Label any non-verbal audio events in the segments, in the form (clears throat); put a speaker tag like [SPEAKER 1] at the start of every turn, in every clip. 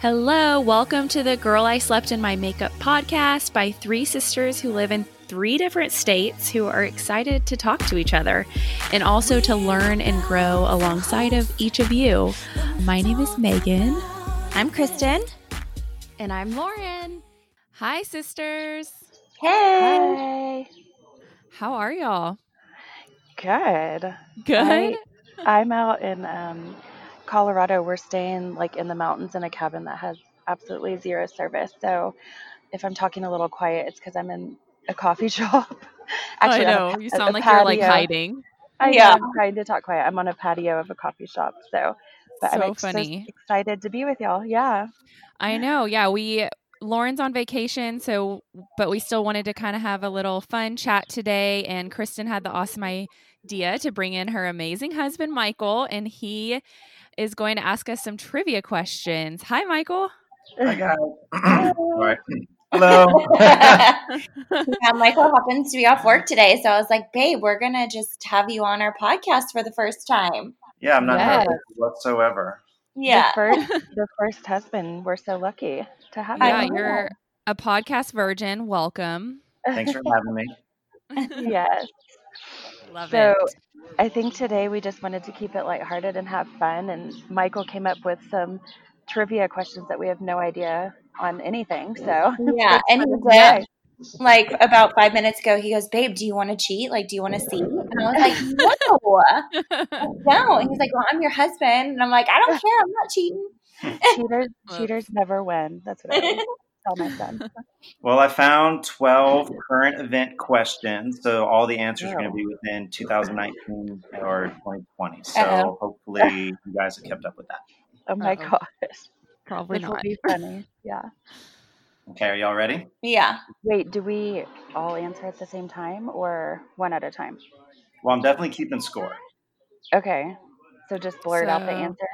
[SPEAKER 1] Hello, welcome to the Girl I Slept in My Makeup podcast by three sisters who live in three different states who are excited to talk to each other and also to learn and grow alongside of each of you. My name is Megan.
[SPEAKER 2] I'm Kristen.
[SPEAKER 1] And I'm Lauren. Hi, sisters.
[SPEAKER 3] Hey.
[SPEAKER 1] How are y'all?
[SPEAKER 3] Good.
[SPEAKER 1] Good. Oh,
[SPEAKER 3] I'm out in um, Colorado. We're staying like in the mountains in a cabin that has absolutely zero service. So if I'm talking a little quiet, it's because I'm in a coffee (laughs) shop.
[SPEAKER 1] I
[SPEAKER 3] I'm
[SPEAKER 1] know.
[SPEAKER 3] a-
[SPEAKER 1] you
[SPEAKER 3] a
[SPEAKER 1] sound like you're like
[SPEAKER 3] patio.
[SPEAKER 1] hiding.
[SPEAKER 3] I
[SPEAKER 2] Yeah.
[SPEAKER 3] am trying to talk quiet. I'm on a patio of a coffee shop. So, but
[SPEAKER 1] so
[SPEAKER 3] I'm ex- so
[SPEAKER 1] funny.
[SPEAKER 3] excited to be with y'all. Yeah.
[SPEAKER 1] I know. Yeah, we Lauren's on vacation, so but we still wanted to kind of have a little fun chat today. And Kristen had the awesome idea to bring in her amazing husband Michael, and he is going to ask us some trivia questions. Hi, Michael.
[SPEAKER 4] Hi guys. (clears throat) Sorry. Hello.
[SPEAKER 2] (laughs) yeah, Michael happens to be off work today. So I was like, babe, we're going to just have you on our podcast for the first time.
[SPEAKER 4] yeah, I'm not
[SPEAKER 1] Yes.
[SPEAKER 4] nervous whatsoever.
[SPEAKER 2] Yeah.
[SPEAKER 1] (laughs)
[SPEAKER 3] (laughs) The first, the first husband. We're so lucky to have
[SPEAKER 1] Yeah,
[SPEAKER 3] you.
[SPEAKER 1] you're a podcast virgin. Welcome.
[SPEAKER 4] Thanks for having me.
[SPEAKER 3] Yes.
[SPEAKER 1] Love
[SPEAKER 3] So-
[SPEAKER 1] it.
[SPEAKER 3] I think today we just wanted to keep it lighthearted and have fun. And Michael came up with some trivia questions that we have no idea on anything. (laughs) So
[SPEAKER 2] Yeah. And he did. Like about five minutes ago, he goes, babe, do you want to cheat? Like, do you want to see? And I was like,
[SPEAKER 1] (laughs)
[SPEAKER 2] no. No. And he's like, well, I'm your husband. And I'm like, I don't care. I'm not cheating.
[SPEAKER 1] (laughs)
[SPEAKER 3] cheaters, cheaters never win. That's what I always tell my son.
[SPEAKER 4] Well, I found 12 current event questions, so all the answers are going to be within 2019 or 2020. So
[SPEAKER 2] Uh-oh.
[SPEAKER 4] hopefully you guys have kept up with that.
[SPEAKER 3] Oh my
[SPEAKER 1] Uh-oh.
[SPEAKER 3] gosh,
[SPEAKER 1] Probably
[SPEAKER 3] this will
[SPEAKER 1] not. (laughs)
[SPEAKER 3] be funny. Yeah.
[SPEAKER 4] Okay, are y'all ready?
[SPEAKER 2] Yeah.
[SPEAKER 3] Wait, do we all answer at the same time or one at a time?
[SPEAKER 4] Well, I'm definitely keeping score.
[SPEAKER 3] Okay. So just blurt out the
[SPEAKER 1] So-
[SPEAKER 3] answer.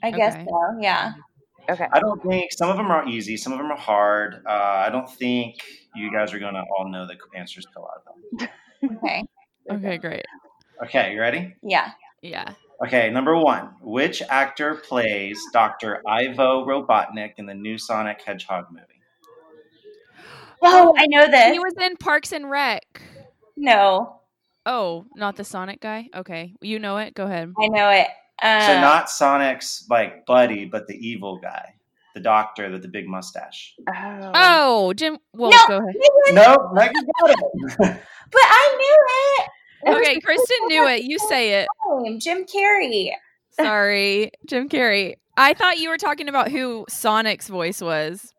[SPEAKER 2] I guess
[SPEAKER 1] Okay.
[SPEAKER 2] so. Yeah.
[SPEAKER 3] Okay.
[SPEAKER 4] I don't think some of them are easy, some of them are hard. Uh, I don't think you guys are going to all know the answers to a lot of them.
[SPEAKER 2] Okay.
[SPEAKER 1] Okay, great.
[SPEAKER 4] Okay, you ready?
[SPEAKER 2] Yeah.
[SPEAKER 1] Yeah.
[SPEAKER 4] Okay, number one. Which actor plays Dr. Ivo Robotnik in the new Sonic Hedgehog movie?
[SPEAKER 2] Oh, I know
[SPEAKER 1] He
[SPEAKER 2] this.
[SPEAKER 1] was in Parks and Rec.
[SPEAKER 2] No,
[SPEAKER 1] Oh, not the Sonic guy. Okay, you know it. Go ahead.
[SPEAKER 2] I know it. Um,
[SPEAKER 1] Uh,
[SPEAKER 4] so not Sonic's like buddy, but the evil guy, the doctor with the big mustache.
[SPEAKER 3] Oh.
[SPEAKER 1] Oh, Jim. Well,
[SPEAKER 2] No.
[SPEAKER 1] go ahead.
[SPEAKER 4] Nope, Megan got it.
[SPEAKER 2] But I knew it.
[SPEAKER 1] Oh,
[SPEAKER 3] (laughs)
[SPEAKER 1] Okay, Kristen knew it. You say it.
[SPEAKER 2] name, Jim Carrey.
[SPEAKER 1] Sorry, Jim Carrey. I thought you were talking about who Sonic's voice was.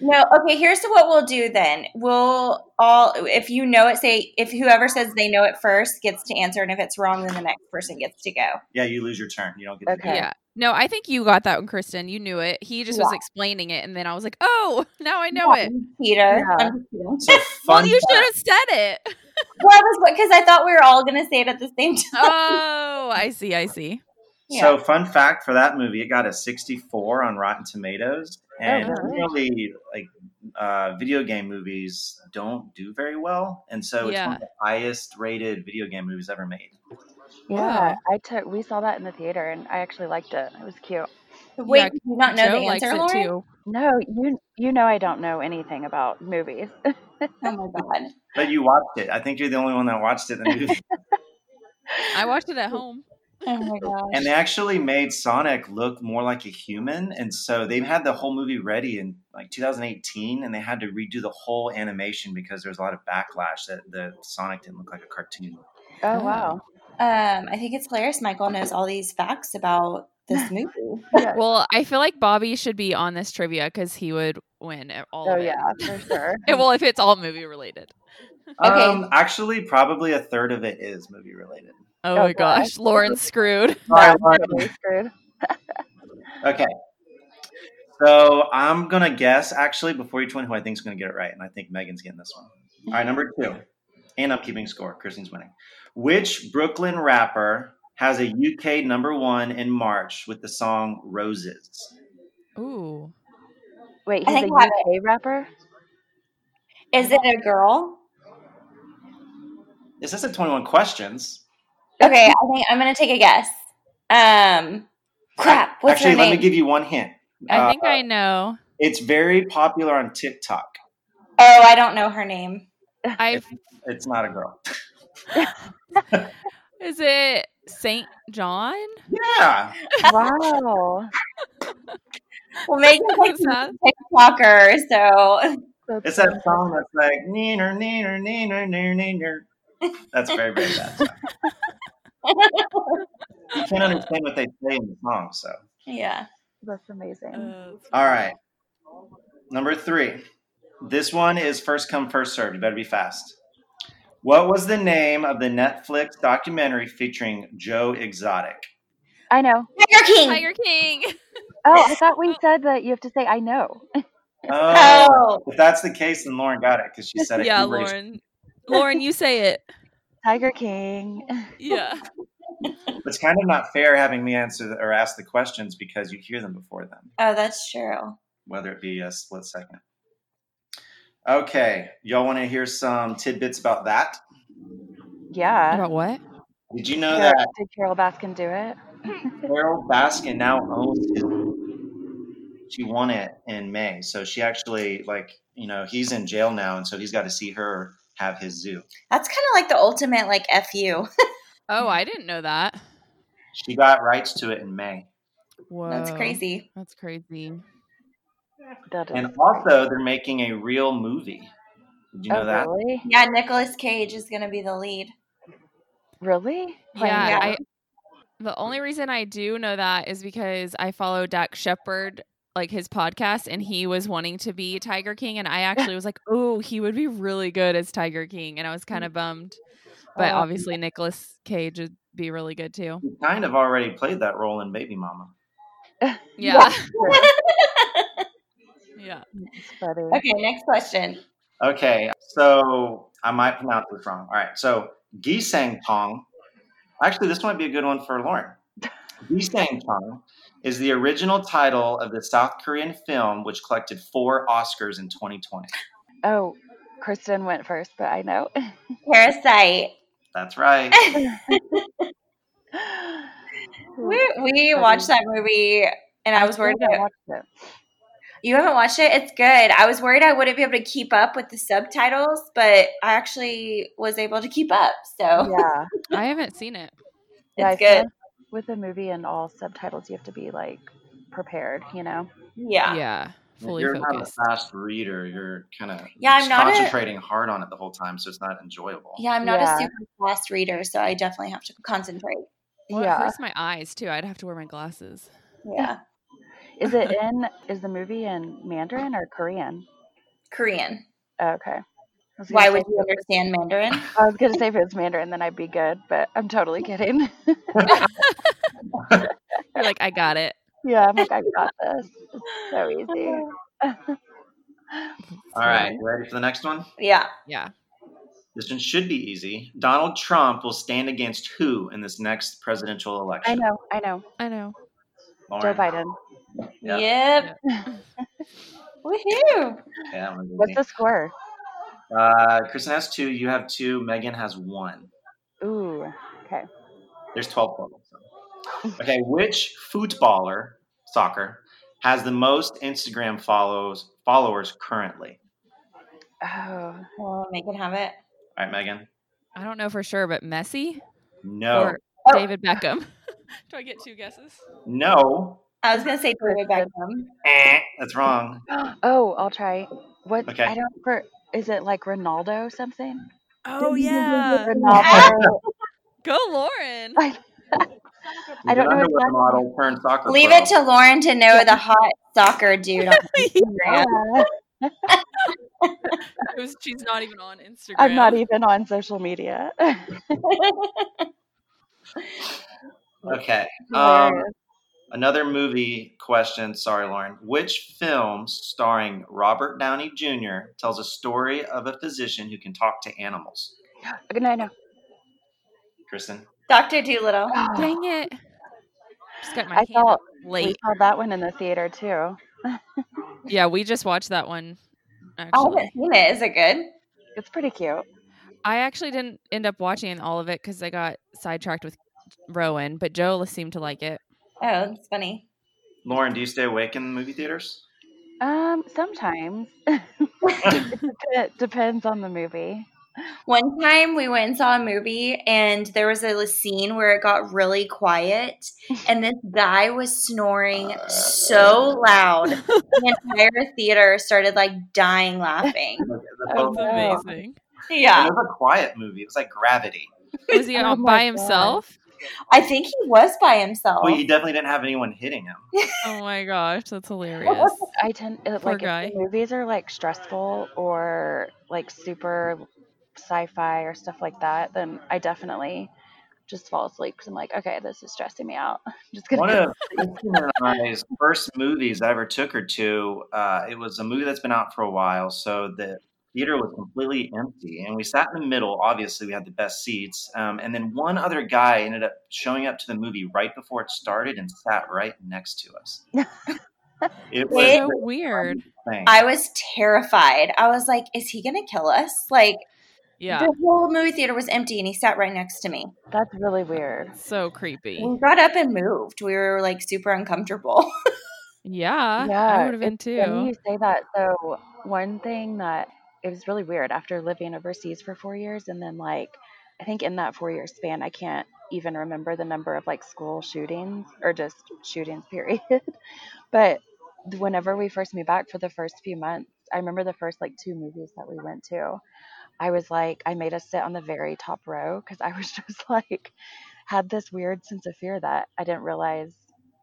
[SPEAKER 2] No, okay, here's what we'll do then. We'll all, if you know it, say, if whoever says they know it first gets to answer, and if it's wrong, then the next person gets to go.
[SPEAKER 4] (laughs) yeah, you lose your turn. You don't get
[SPEAKER 3] Okay.
[SPEAKER 4] okay.
[SPEAKER 1] Yeah. No, I think you got that one, Kristen. You knew it. He just was
[SPEAKER 2] Yeah.
[SPEAKER 1] explaining it, and then I was like, "Oh, (laughs) now I know it."
[SPEAKER 2] Peter.
[SPEAKER 3] Yeah.
[SPEAKER 2] I'm just kidding.
[SPEAKER 4] So
[SPEAKER 1] (laughs) Well,
[SPEAKER 4] fun
[SPEAKER 1] you
[SPEAKER 4] fact-
[SPEAKER 1] should have said it.
[SPEAKER 2] Well, I was because I thought we were all going to say it at the same (laughs) time.
[SPEAKER 1] Oh, I see. I see.
[SPEAKER 2] Yeah.
[SPEAKER 4] So fun fact for that movie, it got a 64 on Rotten Tomatoes,
[SPEAKER 1] Oh,
[SPEAKER 4] and
[SPEAKER 3] wow.
[SPEAKER 4] really like uh, video game movies don't do very well, and so it's one of the highest rated video game movies ever made.
[SPEAKER 3] Yeah. I took, we saw that in the theater and I actually liked it. It was cute.
[SPEAKER 2] Wait,
[SPEAKER 1] Yeah,
[SPEAKER 2] do you not know
[SPEAKER 1] Joe
[SPEAKER 2] the
[SPEAKER 1] likes
[SPEAKER 2] answer,
[SPEAKER 1] it
[SPEAKER 2] Lauren?
[SPEAKER 1] too.
[SPEAKER 3] No, you you know I don't know anything about movies.
[SPEAKER 2] Oh my god.
[SPEAKER 4] But you watched it. I think you're the only one that watched it in the movie.
[SPEAKER 1] I watched it at home.
[SPEAKER 2] Oh my gosh.
[SPEAKER 4] and they actually made Sonic look more like a human, and so they had the whole movie ready in like 2018, and they had to redo the whole animation because there was a lot of backlash that the Sonic didn't look like a cartoon.
[SPEAKER 3] (laughs) Oh wow.
[SPEAKER 2] um, I think it's hilarious. Michael knows all these facts about
[SPEAKER 1] (laughs)
[SPEAKER 2] this movie.
[SPEAKER 3] Yeah.
[SPEAKER 1] Well, I feel like Bobby should be on this trivia because he would win at all.
[SPEAKER 3] Oh
[SPEAKER 1] of it.
[SPEAKER 3] yeah, for
[SPEAKER 4] (laughs)
[SPEAKER 3] sure.
[SPEAKER 1] (laughs) Well, if it's all movie related.
[SPEAKER 2] Okay.
[SPEAKER 4] Um, actually, probably a third of it is movie related.
[SPEAKER 1] Oh,
[SPEAKER 3] Oh,
[SPEAKER 1] my gosh, Lauren's screwed.
[SPEAKER 3] Yeah, totally screwed.
[SPEAKER 4] Okay. So I'm gonna guess actually before each one who I think is gonna get it right, and I think Megan's getting this one. All right, number two, and I'm keeping score. Kristen's winning. Which Brooklyn rapper has a UK number one in March with the song "Roses"?
[SPEAKER 1] Ooh.
[SPEAKER 3] Wait,
[SPEAKER 2] I
[SPEAKER 3] he's a
[SPEAKER 2] think I have
[SPEAKER 3] UK rapper?
[SPEAKER 2] Is it a girl?
[SPEAKER 4] This isn't 21 questions.
[SPEAKER 2] Okay, I think I'm gonna take a guess. Um, crap. What's
[SPEAKER 4] actually,
[SPEAKER 2] her name?
[SPEAKER 4] let me give you one hint.
[SPEAKER 1] I
[SPEAKER 4] Uh,
[SPEAKER 1] think I know.
[SPEAKER 4] It's very popular on TikTok.
[SPEAKER 2] Oh, I don't know her name.
[SPEAKER 1] I
[SPEAKER 4] It's not a girl. (laughs)
[SPEAKER 1] is it Saint John?
[SPEAKER 4] Yeah.
[SPEAKER 3] Wow.
[SPEAKER 1] (laughs)
[SPEAKER 2] Well, Megan's like
[SPEAKER 1] Sad.
[SPEAKER 2] a TikToker, so
[SPEAKER 3] That's
[SPEAKER 4] It's
[SPEAKER 3] so
[SPEAKER 4] that song that's like neener neener neener neener neener. That's very very bad. song. you can't understand what they say in the song. So
[SPEAKER 2] yeah.
[SPEAKER 3] That's amazing.
[SPEAKER 1] Uh,
[SPEAKER 4] all right, number three. This one is first come first served. You better be fast. What was the name of the Netflix documentary featuring
[SPEAKER 1] (laughs)
[SPEAKER 4] Joe Exotic?
[SPEAKER 3] I know.
[SPEAKER 2] Tiger King.
[SPEAKER 1] Tiger King.
[SPEAKER 3] Oh, I thought we said that you have to say I know.
[SPEAKER 4] Oh,
[SPEAKER 2] Oh,
[SPEAKER 4] if that's the case, then Lauren got it because she said
[SPEAKER 1] (laughs)
[SPEAKER 4] it.
[SPEAKER 1] Yeah,
[SPEAKER 4] You raised-
[SPEAKER 1] Lauren. Lauren, you say it.
[SPEAKER 3] Tiger King. (laughs)
[SPEAKER 1] Yeah.
[SPEAKER 4] It's kind of not fair having me answer or ask the questions because you hear them before them.
[SPEAKER 2] oh, that's true.
[SPEAKER 4] whether it be a split second. Okay, y'all want to hear some tidbits about that?
[SPEAKER 1] (laughs)
[SPEAKER 3] Yeah.
[SPEAKER 1] About what?
[SPEAKER 4] Did you know
[SPEAKER 3] Carol-
[SPEAKER 4] that
[SPEAKER 3] Did Carol Baskin do it?
[SPEAKER 4] Carol Baskin now owns it? She won it in May, so she actually like you know he's in jail now, and so he's got to see her have his zoo.
[SPEAKER 2] That's kind of like the ultimate like fu.
[SPEAKER 1] Oh, I didn't know that.
[SPEAKER 4] She got rights to it in May,
[SPEAKER 1] Whoa.
[SPEAKER 2] That's crazy.
[SPEAKER 1] That's crazy.
[SPEAKER 3] That is
[SPEAKER 4] and also they're making a real movie. Did you know
[SPEAKER 3] oh,
[SPEAKER 4] that?
[SPEAKER 3] really?
[SPEAKER 2] Yeah, Nicolas Cage is gonna be the lead. (laughs)
[SPEAKER 3] Really? Playing
[SPEAKER 1] Yeah,
[SPEAKER 2] Yeah.
[SPEAKER 1] I the only reason I do know that is because I follow Dak Shepard, like his podcast, and he was wanting to be Tiger King, and I actually was like, oh, he would be really good as Tiger King, and I was kind of bummed, but
[SPEAKER 3] Oh.
[SPEAKER 1] obviously Nicolas Cage would be really good too.
[SPEAKER 4] He kind of already played that role in Baby Mama.
[SPEAKER 1] Yeah,
[SPEAKER 3] (laughs) Sure.
[SPEAKER 1] yeah.
[SPEAKER 3] It's funny.
[SPEAKER 2] Okay, next question.
[SPEAKER 4] Okay, so I might pronounce this wrong. All right, so Gisang Tong. Actually, this might be a good one for Lauren. Gisang Tong is the original title of the South Korean film, which collected four Oscars in 2020.
[SPEAKER 3] Oh, Kristen went first, but I know. (laughs)
[SPEAKER 2] Parasite.
[SPEAKER 4] That's right.
[SPEAKER 2] We, we watched that movie, and I was worried.
[SPEAKER 3] I
[SPEAKER 2] That,
[SPEAKER 3] watched it.
[SPEAKER 2] you haven't watched it? It's good. I was worried I wouldn't be able to keep up with the subtitles, but I actually was able to keep up. So
[SPEAKER 3] Yeah.
[SPEAKER 1] I haven't seen it.
[SPEAKER 3] Yeah,
[SPEAKER 2] it's
[SPEAKER 3] I feel
[SPEAKER 2] good.
[SPEAKER 3] like with a movie and all subtitles, you have to be like prepared, you know?
[SPEAKER 2] Yeah. yeah.
[SPEAKER 1] Yeah, fully
[SPEAKER 4] you're
[SPEAKER 1] focused.
[SPEAKER 4] not a fast reader. You're kind of
[SPEAKER 2] Yeah, I'm not a-
[SPEAKER 4] concentrating hard on it the whole time, so it's not enjoyable.
[SPEAKER 2] I'm not
[SPEAKER 3] Yeah.
[SPEAKER 2] a super fast reader, so I definitely have to concentrate.
[SPEAKER 1] Well, it
[SPEAKER 3] yeah.
[SPEAKER 1] hurts my eyes too. I'd have to wear my glasses.
[SPEAKER 2] Yeah,
[SPEAKER 3] Is it in, is the movie in Mandarin or Korean?
[SPEAKER 2] (laughs) Korean.
[SPEAKER 3] Oh, okay. I was gonna
[SPEAKER 2] Why
[SPEAKER 3] say-
[SPEAKER 2] would you understand Mandarin?
[SPEAKER 3] I was going to say if it was Mandarin, then I'd be good, but I'm totally kidding. (laughs)
[SPEAKER 1] You're like, I got it.
[SPEAKER 3] yeah, I'm like, I got this. It's so easy.
[SPEAKER 2] (laughs)
[SPEAKER 4] All right, you ready for the next one?
[SPEAKER 2] Yeah.
[SPEAKER 1] Yeah.
[SPEAKER 4] This one should be easy. Donald Trump will stand against who in this next presidential
[SPEAKER 3] I
[SPEAKER 4] election?
[SPEAKER 3] know, I know.
[SPEAKER 1] I know.
[SPEAKER 4] Lauren.
[SPEAKER 3] Joe Biden.
[SPEAKER 4] Yeah.
[SPEAKER 2] Yep. (laughs) Woohoo!
[SPEAKER 4] Okay, that one's
[SPEAKER 3] What's
[SPEAKER 4] easy.
[SPEAKER 3] the score?
[SPEAKER 4] Uh, Kristen has two. You have two. Megan has one.
[SPEAKER 3] Ooh, okay.
[SPEAKER 4] There's 12 total. so. Okay, which footballer, soccer, has the most Instagram follows followers currently?
[SPEAKER 3] Oh,
[SPEAKER 2] Well, Megan have it.
[SPEAKER 4] All right, Megan.
[SPEAKER 1] I don't know for sure, but Messi
[SPEAKER 4] No,
[SPEAKER 1] or
[SPEAKER 2] Oh.
[SPEAKER 1] David Beckham. (laughs) Do I get two guesses?
[SPEAKER 4] no.
[SPEAKER 2] I was gonna say David (laughs) Beckham.
[SPEAKER 4] Eh, that's wrong.
[SPEAKER 3] (gasps) oh, I'll try. What?
[SPEAKER 4] Okay.
[SPEAKER 3] I don't. For is it like Ronaldo something?
[SPEAKER 1] Oh yeah,
[SPEAKER 3] Ronaldo.
[SPEAKER 1] (laughs) go Lauren.
[SPEAKER 3] I don't know
[SPEAKER 4] An
[SPEAKER 3] his
[SPEAKER 4] underwear
[SPEAKER 3] last
[SPEAKER 4] model turned soccer.
[SPEAKER 2] Leave
[SPEAKER 4] pro.
[SPEAKER 2] it to Lauren to know (laughs) the hot soccer (laughs) dude on Instagram.
[SPEAKER 3] Uh,
[SPEAKER 1] It was- she's not even on Instagram.
[SPEAKER 3] (laughs) I'm not even on social media. (laughs)
[SPEAKER 4] Okay. Um,
[SPEAKER 3] Hilarious.
[SPEAKER 4] another movie question. Sorry, Lauren. Which film starring Robert Downey Jr. tells a story of a physician who can talk to animals?
[SPEAKER 3] Okay, no, (sighs) no.
[SPEAKER 4] Kristen.
[SPEAKER 2] Doctor Doolittle.
[SPEAKER 1] Dang it! Just got my
[SPEAKER 3] I
[SPEAKER 1] hand
[SPEAKER 3] saw-
[SPEAKER 1] up
[SPEAKER 3] We
[SPEAKER 1] late.
[SPEAKER 3] saw that one in the theater too.
[SPEAKER 1] Yeah, we just watched that one.
[SPEAKER 2] I
[SPEAKER 1] Actually,
[SPEAKER 2] haven't seen it. Is it good?
[SPEAKER 3] It's pretty cute.
[SPEAKER 1] I actually didn't end up watching all of it because I got sidetracked with Rowan, but Joe seemed to like it.
[SPEAKER 2] Oh, that's funny.
[SPEAKER 4] Lauren, do you stay awake in movie theaters?
[SPEAKER 3] Um,
[SPEAKER 1] (laughs)
[SPEAKER 3] sometimes (laughs) it depends on the movie.
[SPEAKER 2] One time we went and saw a movie, and there was a scene where it got really quiet, and this guy was snoring so loud, the entire theater started like dying laughing.
[SPEAKER 4] Like, the
[SPEAKER 3] Oh,
[SPEAKER 4] Pope-
[SPEAKER 1] That's amazing.
[SPEAKER 2] Yeah,
[SPEAKER 4] It was a quiet movie. It was like Gravity.
[SPEAKER 1] Was he
[SPEAKER 3] Oh
[SPEAKER 1] all
[SPEAKER 3] my
[SPEAKER 1] by himself?
[SPEAKER 2] I think he was by himself.
[SPEAKER 4] Well, he definitely didn't have anyone hitting him.
[SPEAKER 1] Oh my gosh, that's hilarious.
[SPEAKER 3] I tend it,
[SPEAKER 1] Poor
[SPEAKER 3] like
[SPEAKER 1] guy.
[SPEAKER 3] if the movies are like stressful or like super sci-fi or stuff like that, then I definitely just fall asleep because I'm like, okay, this is stressing me out. (laughs) I'm just gonna.
[SPEAKER 4] One
[SPEAKER 3] go
[SPEAKER 4] of Kristen and I's first movies I ever took her to, uh, it was a movie that's been out for a while. So the theater was completely empty. And we sat in the middle. Obviously, we had the best seats. Um, and then one other guy ended up showing up to the movie right before it started and sat right next to us. it was
[SPEAKER 1] So
[SPEAKER 4] the
[SPEAKER 1] weird.
[SPEAKER 4] thing.
[SPEAKER 2] I was terrified. I was like, "Is he gonna kill us?" Like
[SPEAKER 1] Yeah.
[SPEAKER 2] the whole movie theater was empty, and he sat right next to me.
[SPEAKER 3] That's really weird.
[SPEAKER 1] So
[SPEAKER 2] (laughs)
[SPEAKER 1] creepy.
[SPEAKER 2] We got up and moved. We were like super uncomfortable. (laughs)
[SPEAKER 1] Yeah. I
[SPEAKER 3] yeah,
[SPEAKER 1] would have been
[SPEAKER 3] it's funny
[SPEAKER 1] too.
[SPEAKER 3] you say that. So one thing that it was really weird after living overseas for four years, and then like I think in that four year span, I can't even remember the number of like school shootings or just shootings (laughs) period. but whenever we first moved back for the first few months, I remember the first like two movies that we went to. I was like, I made us sit on the very top row because I (laughs) was just like, had this weird sense of fear that I didn't realize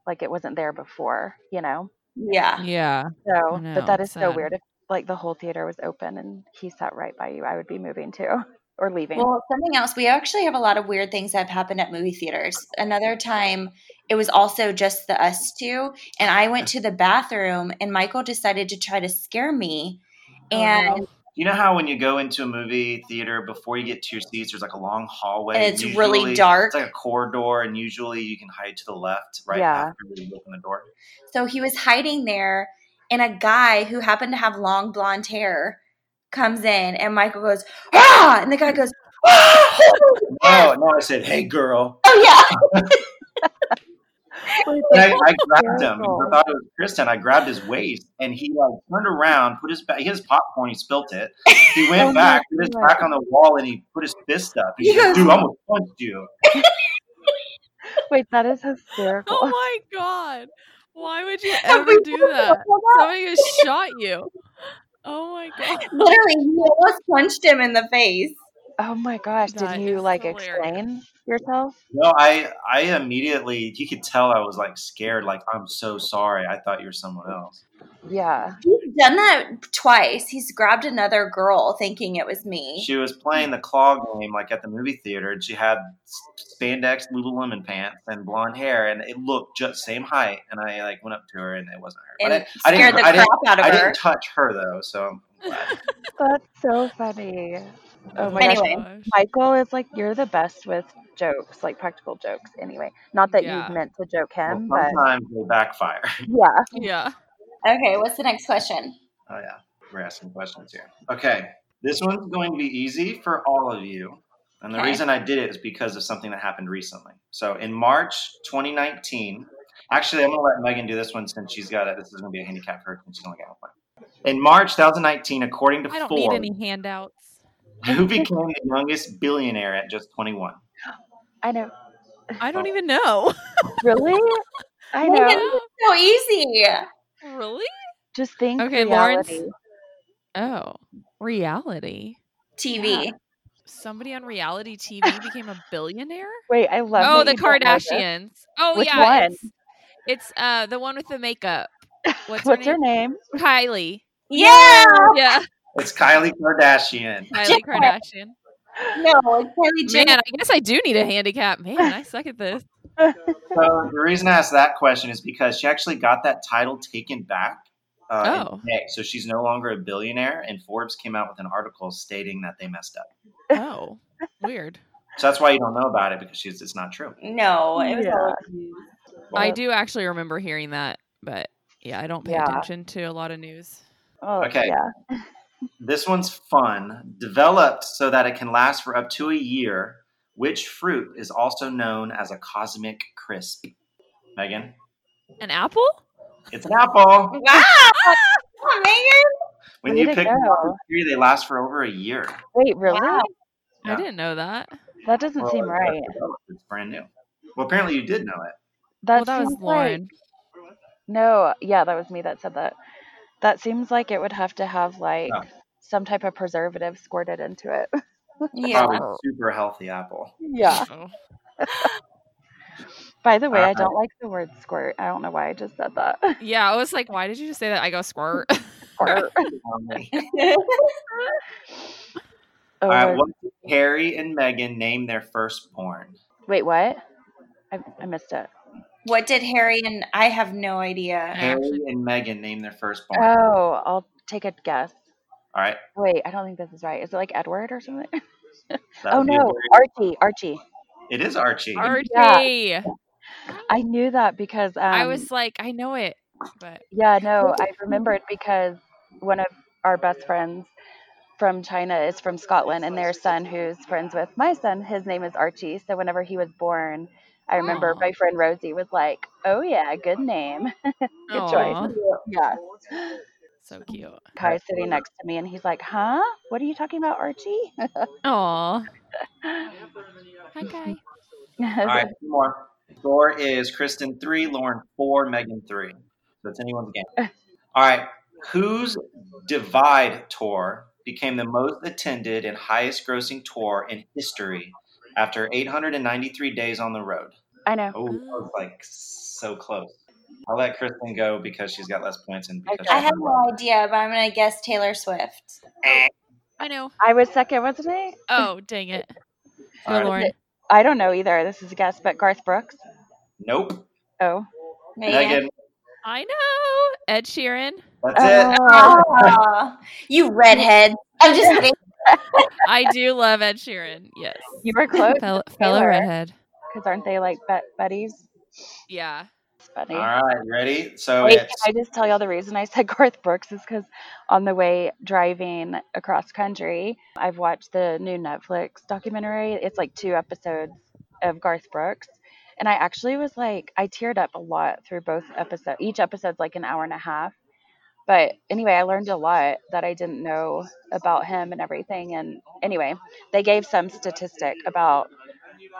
[SPEAKER 3] like it wasn't there before, you know?
[SPEAKER 2] yeah.
[SPEAKER 1] Yeah.
[SPEAKER 3] So,
[SPEAKER 1] know,
[SPEAKER 3] but that
[SPEAKER 1] it's
[SPEAKER 3] is so
[SPEAKER 1] sad.
[SPEAKER 3] weird. If like the whole theater was open and he sat right by you, I would be moving too (laughs) or leaving.
[SPEAKER 2] Well, something else, we actually have a lot of weird things that have happened at movie theaters. Another time, it was also just the us two, and I went to the bathroom, and Michael decided to try to scare me.
[SPEAKER 1] Oh,
[SPEAKER 2] And,
[SPEAKER 1] no.
[SPEAKER 4] You know how when you go into a movie theater before you get to your seats, there's like a long hallway.
[SPEAKER 2] And it's really dark.
[SPEAKER 4] It's like a corridor, and usually you can hide to the left right
[SPEAKER 3] Yeah.
[SPEAKER 4] after you open the door.
[SPEAKER 2] so he was hiding there, and a guy who happened to have long blonde hair comes in, and Michael goes, ah! And the guy goes, ah! (laughs) Holy
[SPEAKER 4] No, Oh, no, I said, "Hey, girl."
[SPEAKER 2] Oh, yeah.
[SPEAKER 1] (laughs)
[SPEAKER 4] And I, I grabbed him
[SPEAKER 3] Hysterical.
[SPEAKER 4] because I thought it was Kristen. I grabbed his waist, and he like turned around, put his ba- he had his popcorn, he spilt it.
[SPEAKER 2] (laughs)
[SPEAKER 4] He went
[SPEAKER 3] Oh my
[SPEAKER 4] back, put his
[SPEAKER 3] God.
[SPEAKER 4] back on the wall, and he put his fist up. And he
[SPEAKER 2] Yes.
[SPEAKER 4] goes, "Dude, I almost punched you."
[SPEAKER 3] Wait,
[SPEAKER 1] (laughs)
[SPEAKER 3] that is hysterical.
[SPEAKER 1] Oh my god. Why would you
[SPEAKER 2] Have
[SPEAKER 1] ever
[SPEAKER 2] we
[SPEAKER 1] do
[SPEAKER 2] talked
[SPEAKER 1] that?
[SPEAKER 2] (laughs) about that?
[SPEAKER 1] Somebody just shot you. Oh my god.
[SPEAKER 2] Literally, he almost punched him in the face.
[SPEAKER 3] Oh my gosh,
[SPEAKER 1] That
[SPEAKER 3] did you
[SPEAKER 1] is
[SPEAKER 3] like
[SPEAKER 1] hilarious.
[SPEAKER 3] explain yourself?
[SPEAKER 4] No, I I immediately you could tell I was like scared. Like I'm so sorry. I thought you were someone else.
[SPEAKER 1] (laughs)
[SPEAKER 3] Yeah.
[SPEAKER 2] He's done that twice. He's grabbed another girl thinking it was me.
[SPEAKER 4] She was playing the claw game like at the movie theater, and she had spandex Lululemon pants and blonde hair, and it looked just same height. And I like went up to her, and it wasn't her.
[SPEAKER 2] and
[SPEAKER 4] But I, I
[SPEAKER 2] scared
[SPEAKER 4] didn't.
[SPEAKER 2] the
[SPEAKER 4] I
[SPEAKER 2] crap
[SPEAKER 4] didn't,
[SPEAKER 2] out of
[SPEAKER 4] I
[SPEAKER 2] her.
[SPEAKER 4] didn't touch her though, so I'm glad.
[SPEAKER 3] That's so funny. Oh my
[SPEAKER 2] Anyway.
[SPEAKER 1] gosh.
[SPEAKER 3] Michael is like you're the best with jokes, like practical jokes anyway. Not that
[SPEAKER 1] Yeah.
[SPEAKER 3] you meant to joke
[SPEAKER 4] Well,
[SPEAKER 3] him, but
[SPEAKER 4] sometimes they backfire.
[SPEAKER 3] yeah.
[SPEAKER 1] Yeah.
[SPEAKER 2] Okay, what's the next question?
[SPEAKER 4] Oh yeah, we're asking questions here. Okay, this one's going to be easy for all of you, and the
[SPEAKER 2] Okay.
[SPEAKER 4] reason I did it is because of something that happened recently. So in March 2019, actually, I'm gonna let Megan do this one since she's got it. This is gonna be a handicap for her since she's only got one. In March 2019, according to
[SPEAKER 1] I don't need
[SPEAKER 4] Forbes,
[SPEAKER 1] any handouts.
[SPEAKER 4] who became the youngest billionaire at just 21?
[SPEAKER 3] I know.
[SPEAKER 1] I don't even know.
[SPEAKER 3] Really? I
[SPEAKER 2] Megan,
[SPEAKER 3] know.
[SPEAKER 1] Yeah.
[SPEAKER 2] So easy.
[SPEAKER 1] (laughs) Really?
[SPEAKER 3] Just think
[SPEAKER 1] Okay, Lawrence.
[SPEAKER 3] reality.
[SPEAKER 1] Oh. Reality.
[SPEAKER 2] TV.
[SPEAKER 1] Somebody on reality TV became a billionaire?
[SPEAKER 3] Wait, I love
[SPEAKER 1] Oh,
[SPEAKER 3] that
[SPEAKER 1] the
[SPEAKER 3] you don't know this.
[SPEAKER 1] Kardashians. Oh
[SPEAKER 3] Which
[SPEAKER 1] yeah.
[SPEAKER 3] one?
[SPEAKER 1] It's, it's uh the one with the
[SPEAKER 3] (laughs)
[SPEAKER 1] makeup. What's,
[SPEAKER 3] What's
[SPEAKER 1] her
[SPEAKER 3] her
[SPEAKER 1] name?
[SPEAKER 3] name? Oh,
[SPEAKER 1] Kylie.
[SPEAKER 2] Yeah.
[SPEAKER 3] (laughs)
[SPEAKER 1] Yeah.
[SPEAKER 4] It's Kylie
[SPEAKER 1] (laughs)
[SPEAKER 4] Kardashian.
[SPEAKER 1] Kylie Kardashian.
[SPEAKER 2] No, it's Kylie
[SPEAKER 1] Man,
[SPEAKER 2] Jenner.
[SPEAKER 1] I guess I do need a handicap. Man,
[SPEAKER 3] (laughs)
[SPEAKER 1] I suck at this.
[SPEAKER 4] So the reason I asked that question is because she actually got that title taken back. Uh, in
[SPEAKER 1] Oh.
[SPEAKER 4] May. So she's no longer a billionaire, and Forbes came out with an article stating that they messed up.
[SPEAKER 1] Oh, weird.
[SPEAKER 4] So that's why you don't know about it because she's, it's not true.
[SPEAKER 2] No, Oh, it was
[SPEAKER 3] Yeah.
[SPEAKER 2] all
[SPEAKER 1] I do actually remember hearing that, but yeah, I don't pay
[SPEAKER 3] Yeah.
[SPEAKER 1] attention to a lot of news.
[SPEAKER 3] Oh,
[SPEAKER 4] Okay.
[SPEAKER 3] Yeah.
[SPEAKER 4] This one's fun. Developed so that it can last for up to a year. Which fruit is also known as a cosmic crisp? Megan,
[SPEAKER 1] An apple?
[SPEAKER 4] It's an
[SPEAKER 3] (laughs)
[SPEAKER 4] apple.
[SPEAKER 2] Wow. (laughs) Come on, Megan.
[SPEAKER 4] When
[SPEAKER 3] Way
[SPEAKER 4] you
[SPEAKER 3] to
[SPEAKER 4] pick them up
[SPEAKER 3] go.
[SPEAKER 4] in theory, they last for over a year.
[SPEAKER 3] Wait, really?
[SPEAKER 2] Wow.
[SPEAKER 1] I didn't know that.
[SPEAKER 3] That doesn't
[SPEAKER 4] Well, uh,
[SPEAKER 3] seem right.
[SPEAKER 4] It's brand new. Well, apparently you did know it.
[SPEAKER 3] That,
[SPEAKER 1] well, that was
[SPEAKER 3] seems like-
[SPEAKER 1] Lauren.
[SPEAKER 3] no, yeah, that was me that said that. That seems like it would have to have like
[SPEAKER 4] Oh.
[SPEAKER 3] some type of preservative squirted into it. (laughs)
[SPEAKER 2] Yeah.
[SPEAKER 4] Probably super healthy apple.
[SPEAKER 3] yeah.
[SPEAKER 1] Oh.
[SPEAKER 3] By the way, I
[SPEAKER 4] Uh,
[SPEAKER 3] don't like the word squirt. I don't know why I just said that.
[SPEAKER 1] Yeah, I was like, why did you just say that? I go (laughs)
[SPEAKER 3] (laughs)
[SPEAKER 1] squirt.
[SPEAKER 3] Squirt.
[SPEAKER 4] Um,
[SPEAKER 3] Oh,
[SPEAKER 4] all right,
[SPEAKER 3] Lord.
[SPEAKER 4] what did Harry and Meghan name their firstborn?
[SPEAKER 3] Wait, what? I, I missed it.
[SPEAKER 2] (laughs) what did Harry and I have no idea.
[SPEAKER 4] Harry and Meghan name their firstborn.
[SPEAKER 3] Oh, I'll take a guess.
[SPEAKER 4] all right.
[SPEAKER 3] Wait, I don't think this is right. Is it like Edward or something? (laughs)
[SPEAKER 4] that
[SPEAKER 3] Oh
[SPEAKER 4] would be a
[SPEAKER 3] no,
[SPEAKER 4] very-
[SPEAKER 3] Archie, Archie.
[SPEAKER 4] It is Archie.
[SPEAKER 1] Archie.
[SPEAKER 3] I knew that because um,
[SPEAKER 1] I was like, I know it, but
[SPEAKER 3] Yeah, no, I remembered because one of our best friends from China is from Scotland, and their son, who's friends with my son, his name is Archie. So whenever he was born, I remember
[SPEAKER 1] Aw.
[SPEAKER 3] my friend Rosie was like, "Oh yeah, good name, good
[SPEAKER 1] Aw,
[SPEAKER 3] choice." Yeah,
[SPEAKER 1] so cute.
[SPEAKER 3] Kai's sitting next to me, and he's like, "Huh? What are you talking about, Archie?" (laughs)
[SPEAKER 1] Aw, hi guy.
[SPEAKER 4] All right, two more. Score is Kristen three, Lauren four, Megan three. So it's anyone's game. All right, whose Divide tour became the most attended and highest grossing tour in history after 893 days on the road?
[SPEAKER 3] I know.
[SPEAKER 4] Oh, that was like so close. I'll let Kristen go because she's got less points and because
[SPEAKER 2] I
[SPEAKER 4] she's
[SPEAKER 2] have no idea, but I'm going to guess Taylor Swift.
[SPEAKER 4] Eh.
[SPEAKER 1] I know.
[SPEAKER 3] I was second, wasn't I?
[SPEAKER 1] Oh, dang it. Go,
[SPEAKER 4] All right.
[SPEAKER 1] Lauren.
[SPEAKER 3] I don't know either. This is a guess, but Garth Brooks.
[SPEAKER 4] Nope.
[SPEAKER 3] Oh,
[SPEAKER 2] Megan. (laughs)
[SPEAKER 4] Megan,
[SPEAKER 1] I know. Ed Sheeran.
[SPEAKER 4] that's it.
[SPEAKER 3] Oh,
[SPEAKER 2] Aw, Ah. you redhead. (laughs) I'm just kidding.
[SPEAKER 1] I do love Ed Sheeran. Yes.
[SPEAKER 3] (laughs) you were close
[SPEAKER 1] Fel- fellow
[SPEAKER 3] Taylor.
[SPEAKER 1] redhead.
[SPEAKER 3] because aren't they like bet- buddies?
[SPEAKER 1] Yeah.
[SPEAKER 3] It's funny.
[SPEAKER 4] All right, you ready? So
[SPEAKER 3] Wait,
[SPEAKER 4] it's
[SPEAKER 3] can I just tell y'all the reason I said (laughs) Garth Brooks is because on the way driving across country, I've watched the new Netflix documentary. It's like two episodes of Garth Brooks. And I actually was like, I teared up a lot through both episodes. Each episode's like an hour and a half. But anyway, I learned a lot that I didn't know about him and everything. And anyway, they gave some statistic about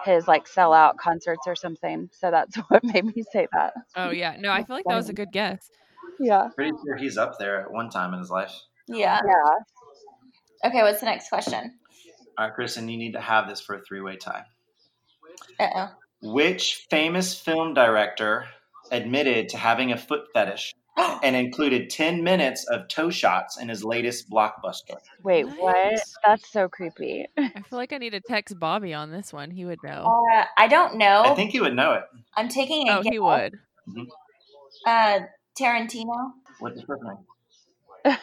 [SPEAKER 3] his like sellout concerts or something. So that's (laughs) what made me say that.
[SPEAKER 1] Oh, yeah. No, I feel like that was a good guess.
[SPEAKER 3] Yeah.
[SPEAKER 4] pretty sure he's up there at one time in his life.
[SPEAKER 2] Yeah.
[SPEAKER 3] Yeah.
[SPEAKER 2] Okay, what's the next question?
[SPEAKER 4] All right, Kristen, you need to have this for a three way tie.
[SPEAKER 2] Uh oh. (gasps)
[SPEAKER 4] Which famous film director admitted to having a foot fetish and included 10 minutes of toe shots in his latest blockbuster?
[SPEAKER 3] Wait,
[SPEAKER 1] What?
[SPEAKER 3] what? That's so creepy.
[SPEAKER 1] I feel like I need to text Bobby on this one. He would know.
[SPEAKER 2] Uh, I don't know.
[SPEAKER 3] Oh.
[SPEAKER 4] I think you would know it.
[SPEAKER 2] I'm taking a
[SPEAKER 1] Oh,
[SPEAKER 2] guess.
[SPEAKER 1] he would.
[SPEAKER 2] Uh, Tarantino.
[SPEAKER 4] What's his first name?
[SPEAKER 1] Huh?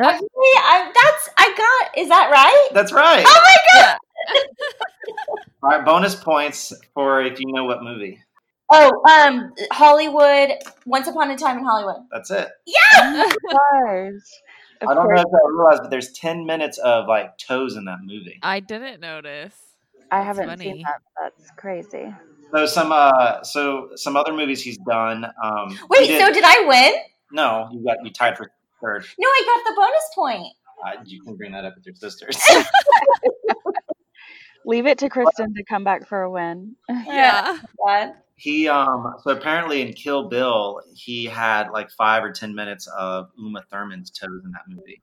[SPEAKER 2] I'm really- I'm- that's I got. Is that right?
[SPEAKER 4] That's right.
[SPEAKER 3] Ah!
[SPEAKER 2] Oh my god!
[SPEAKER 4] All right, bonus points for if you know what movie.
[SPEAKER 2] Oh, um, Hollywood. Once upon a time in Hollywood.
[SPEAKER 4] That's it.
[SPEAKER 3] (laughs) Stars. Of
[SPEAKER 4] I don't know
[SPEAKER 3] course,
[SPEAKER 4] if I realized, but there's 10 minutes of like toes in that movie.
[SPEAKER 1] I didn't
[SPEAKER 3] (laughs)
[SPEAKER 1] notice.
[SPEAKER 3] I
[SPEAKER 1] That's
[SPEAKER 3] haven't seen
[SPEAKER 1] funny.
[SPEAKER 3] that. That's crazy.
[SPEAKER 4] So some uh so some other movies he's done. Um he
[SPEAKER 2] Wait,
[SPEAKER 4] did-
[SPEAKER 2] so did I win?
[SPEAKER 4] No, you got you tied for third.
[SPEAKER 2] No, I got the bonus point.
[SPEAKER 4] Uh, you can bring that up with your
[SPEAKER 2] (laughs)
[SPEAKER 4] sisters.
[SPEAKER 3] Leave it to Kristen to come back for a win.
[SPEAKER 1] Yeah.
[SPEAKER 2] God.
[SPEAKER 4] he um so apparently in Kill Bill he had like five or ten minutes of Uma Thurman's toes in that movie.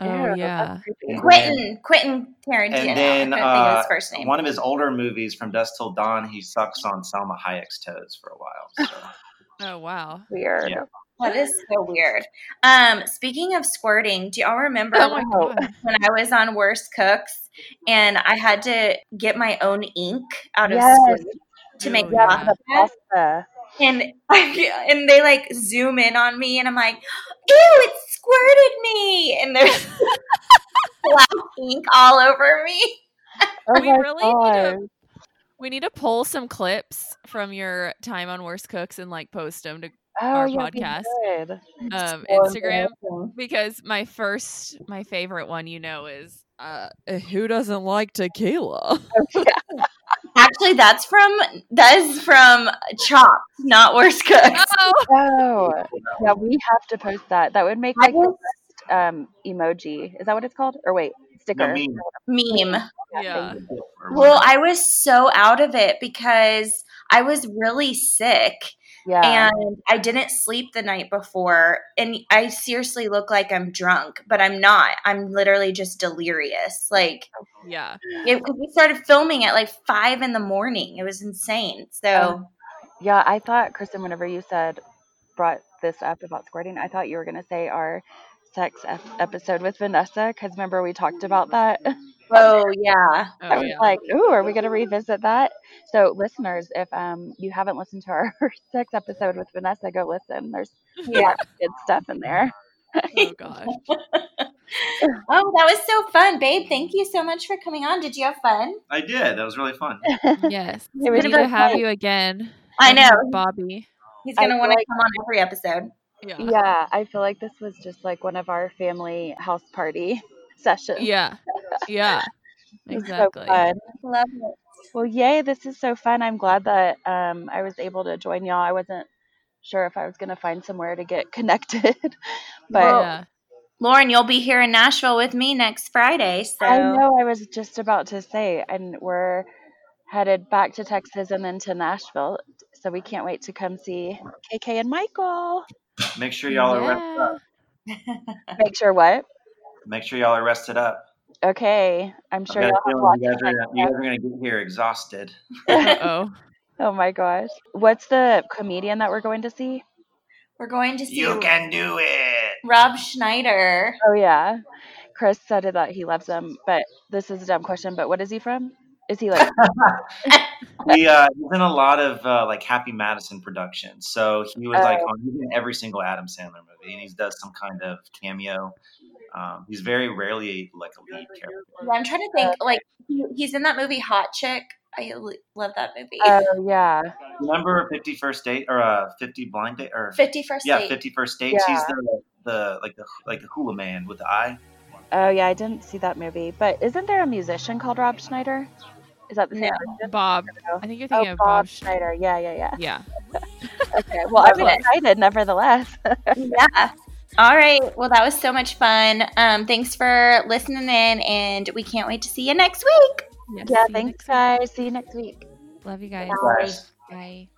[SPEAKER 1] Oh,
[SPEAKER 3] Ew,
[SPEAKER 1] yeah.
[SPEAKER 3] That's creepy.
[SPEAKER 4] And
[SPEAKER 2] Quentin, Quentin Tarantino.
[SPEAKER 4] And then
[SPEAKER 2] I couldn't think of
[SPEAKER 4] uh,
[SPEAKER 2] his first name.
[SPEAKER 4] one of his older movies, From Dust Till Dawn, he sucks on Selma Hayek's toes for a while.
[SPEAKER 2] (laughs)
[SPEAKER 4] So.
[SPEAKER 1] Oh, wow.
[SPEAKER 3] Weird.
[SPEAKER 4] Yeah.
[SPEAKER 2] That is so weird. Um, speaking of squirting, do y'all remember
[SPEAKER 1] (laughs) Oh, my
[SPEAKER 3] Oh.
[SPEAKER 1] God.
[SPEAKER 2] when I was on Worst Cooks and I had to get my own ink out of
[SPEAKER 3] Yes.
[SPEAKER 2] squirt to make
[SPEAKER 1] Oh,
[SPEAKER 2] pasta?
[SPEAKER 1] yeah.
[SPEAKER 3] Pasta.
[SPEAKER 2] and (laughs) I, and they like zoom in on me, and I'm like, "Ew, it squirted me!" And there's (laughs) black ink all over me.
[SPEAKER 3] Oh
[SPEAKER 1] We
[SPEAKER 3] my
[SPEAKER 1] really need to-
[SPEAKER 3] god.
[SPEAKER 1] We need to pull some clips from your time on Worst Cooks and like post them to
[SPEAKER 3] Oh
[SPEAKER 1] our
[SPEAKER 3] yeah, we
[SPEAKER 1] podcast.
[SPEAKER 3] could.
[SPEAKER 1] um,
[SPEAKER 2] Oh,
[SPEAKER 1] Instagram because my first, my favorite one, you know, is uh, who doesn't like tequila?
[SPEAKER 2] Actually, that's from that is from Chopped, not
[SPEAKER 1] (laughs)
[SPEAKER 2] Worst Cooks.
[SPEAKER 1] (laughs) Oh,
[SPEAKER 3] (laughs)
[SPEAKER 1] (laughs)
[SPEAKER 3] Oh,
[SPEAKER 2] uh,
[SPEAKER 3] yeah, we have to post that. That would make
[SPEAKER 2] I
[SPEAKER 3] like the best um, emoji. Is that what it's called? Or wait, sticker.
[SPEAKER 4] No, meme.
[SPEAKER 2] Meme.
[SPEAKER 1] yeah.
[SPEAKER 2] Well, I was so out of it because I was really sick
[SPEAKER 3] Yeah.
[SPEAKER 2] and I didn't sleep the night before. And I seriously look like I'm drunk, but I'm not. I'm literally just delirious. Like,
[SPEAKER 1] Yeah.
[SPEAKER 2] it, 'cause we started filming at like five in the morning. It was insane. So,
[SPEAKER 3] yeah, I thought, Kristen, whenever you said, brought this up about squirting, I thought you were going to say our sex ep- episode with Vanessa because remember we talked about that? (laughs)
[SPEAKER 2] oh, yeah.
[SPEAKER 3] I
[SPEAKER 1] Oh,
[SPEAKER 3] was
[SPEAKER 1] yeah.
[SPEAKER 3] like, ooh, are we going to revisit that? So, listeners, if um, you haven't listened to our (laughs) sex episode with Vanessa, go listen. There's
[SPEAKER 2] Yeah.
[SPEAKER 3] good stuff in there.
[SPEAKER 1] Oh gosh.
[SPEAKER 3] (laughs)
[SPEAKER 2] Oh, that was so fun, babe. Thank you so much for coming on. Did you have fun?
[SPEAKER 4] I did. That was really
[SPEAKER 2] (laughs)
[SPEAKER 4] fun.
[SPEAKER 1] Yes.
[SPEAKER 3] It
[SPEAKER 1] We
[SPEAKER 3] was
[SPEAKER 1] need
[SPEAKER 3] so
[SPEAKER 1] to have
[SPEAKER 3] fun.
[SPEAKER 1] you again.
[SPEAKER 2] I
[SPEAKER 1] and have
[SPEAKER 2] know.
[SPEAKER 1] Bobby.
[SPEAKER 2] He's
[SPEAKER 3] I
[SPEAKER 2] going to
[SPEAKER 3] feel
[SPEAKER 2] want to
[SPEAKER 3] like-
[SPEAKER 2] come on every episode.
[SPEAKER 1] Yeah. Yeah.
[SPEAKER 3] Yeah, I feel like this was just like one of our family house party (laughs) sessions.
[SPEAKER 1] Yeah.
[SPEAKER 3] (laughs) It was so
[SPEAKER 1] Exactly.
[SPEAKER 3] fun.
[SPEAKER 2] Love it.
[SPEAKER 3] Well, yay, this is so fun. I'm glad that um, I was able to join y'all. I wasn't sure if I was going to find somewhere to get (laughs) connected, but
[SPEAKER 2] Well,
[SPEAKER 1] yeah.
[SPEAKER 2] Lauren, you'll be here in Nashville with me next Friday. So,
[SPEAKER 3] I know I was just about to say, and we're headed back to Texas and then to Nashville. So we can't wait to come see KK and
[SPEAKER 4] (laughs)
[SPEAKER 3] Michael.
[SPEAKER 4] Make sure y'all are rested
[SPEAKER 1] Yeah.
[SPEAKER 4] up.
[SPEAKER 3] Make sure what?
[SPEAKER 4] Make sure y'all are rested up.
[SPEAKER 3] Okay, I'm sure
[SPEAKER 4] I
[SPEAKER 3] y'all
[SPEAKER 4] got a
[SPEAKER 3] have
[SPEAKER 4] feeling
[SPEAKER 3] lots
[SPEAKER 4] you guys
[SPEAKER 3] of
[SPEAKER 4] are you guys are gonna get here exhausted.
[SPEAKER 1] Uh oh.
[SPEAKER 3] Oh my gosh. What's the comedian that we're going to see?
[SPEAKER 2] we're going to see
[SPEAKER 4] You can do it.
[SPEAKER 2] Rob Schneider.
[SPEAKER 3] Oh yeah. Chris said that he loves him, but this is a dumb question, but what is he from? Is he like
[SPEAKER 4] He uh, he's in a lot of uh, like Happy Madison productions. So he was like
[SPEAKER 3] Oh.
[SPEAKER 4] on he's in every single Adam Sandler movie, and he does some kind of cameo. Um, he's very rarely like a lead character.
[SPEAKER 2] Yeah, I'm trying to think. Like, he- he's in that movie Hot Chick. I l- love that movie.
[SPEAKER 3] Oh yeah.
[SPEAKER 4] Remember Fifty First Date or uh, Fifty Blind Date or
[SPEAKER 2] Fifty First
[SPEAKER 4] yeah
[SPEAKER 2] Date.
[SPEAKER 4] Fifty First Dates? He's the the like the like the hula man with the eye.
[SPEAKER 3] Oh yeah, I didn't see that movie. But isn't there a musician called Rob Schneider? Is that the same
[SPEAKER 2] No.
[SPEAKER 3] person?
[SPEAKER 1] Bob.
[SPEAKER 3] No.
[SPEAKER 1] I think you're
[SPEAKER 3] Oh,
[SPEAKER 1] thinking of
[SPEAKER 3] Bob,
[SPEAKER 1] Bob. Sch-
[SPEAKER 3] Schneider. Yeah, yeah, yeah.
[SPEAKER 1] yeah.
[SPEAKER 3] Okay. Well,
[SPEAKER 2] Love
[SPEAKER 3] I'm
[SPEAKER 2] it.
[SPEAKER 3] excited nevertheless. (laughs)
[SPEAKER 2] yeah. All right. Well, that was so much fun. Um, thanks for listening in, and we can't wait to see you next week.
[SPEAKER 1] Yes,
[SPEAKER 3] yeah,
[SPEAKER 1] see you
[SPEAKER 3] thanks
[SPEAKER 1] next week.
[SPEAKER 3] guys. See you next week.
[SPEAKER 1] Love you guys.
[SPEAKER 4] Guys.
[SPEAKER 1] Bye.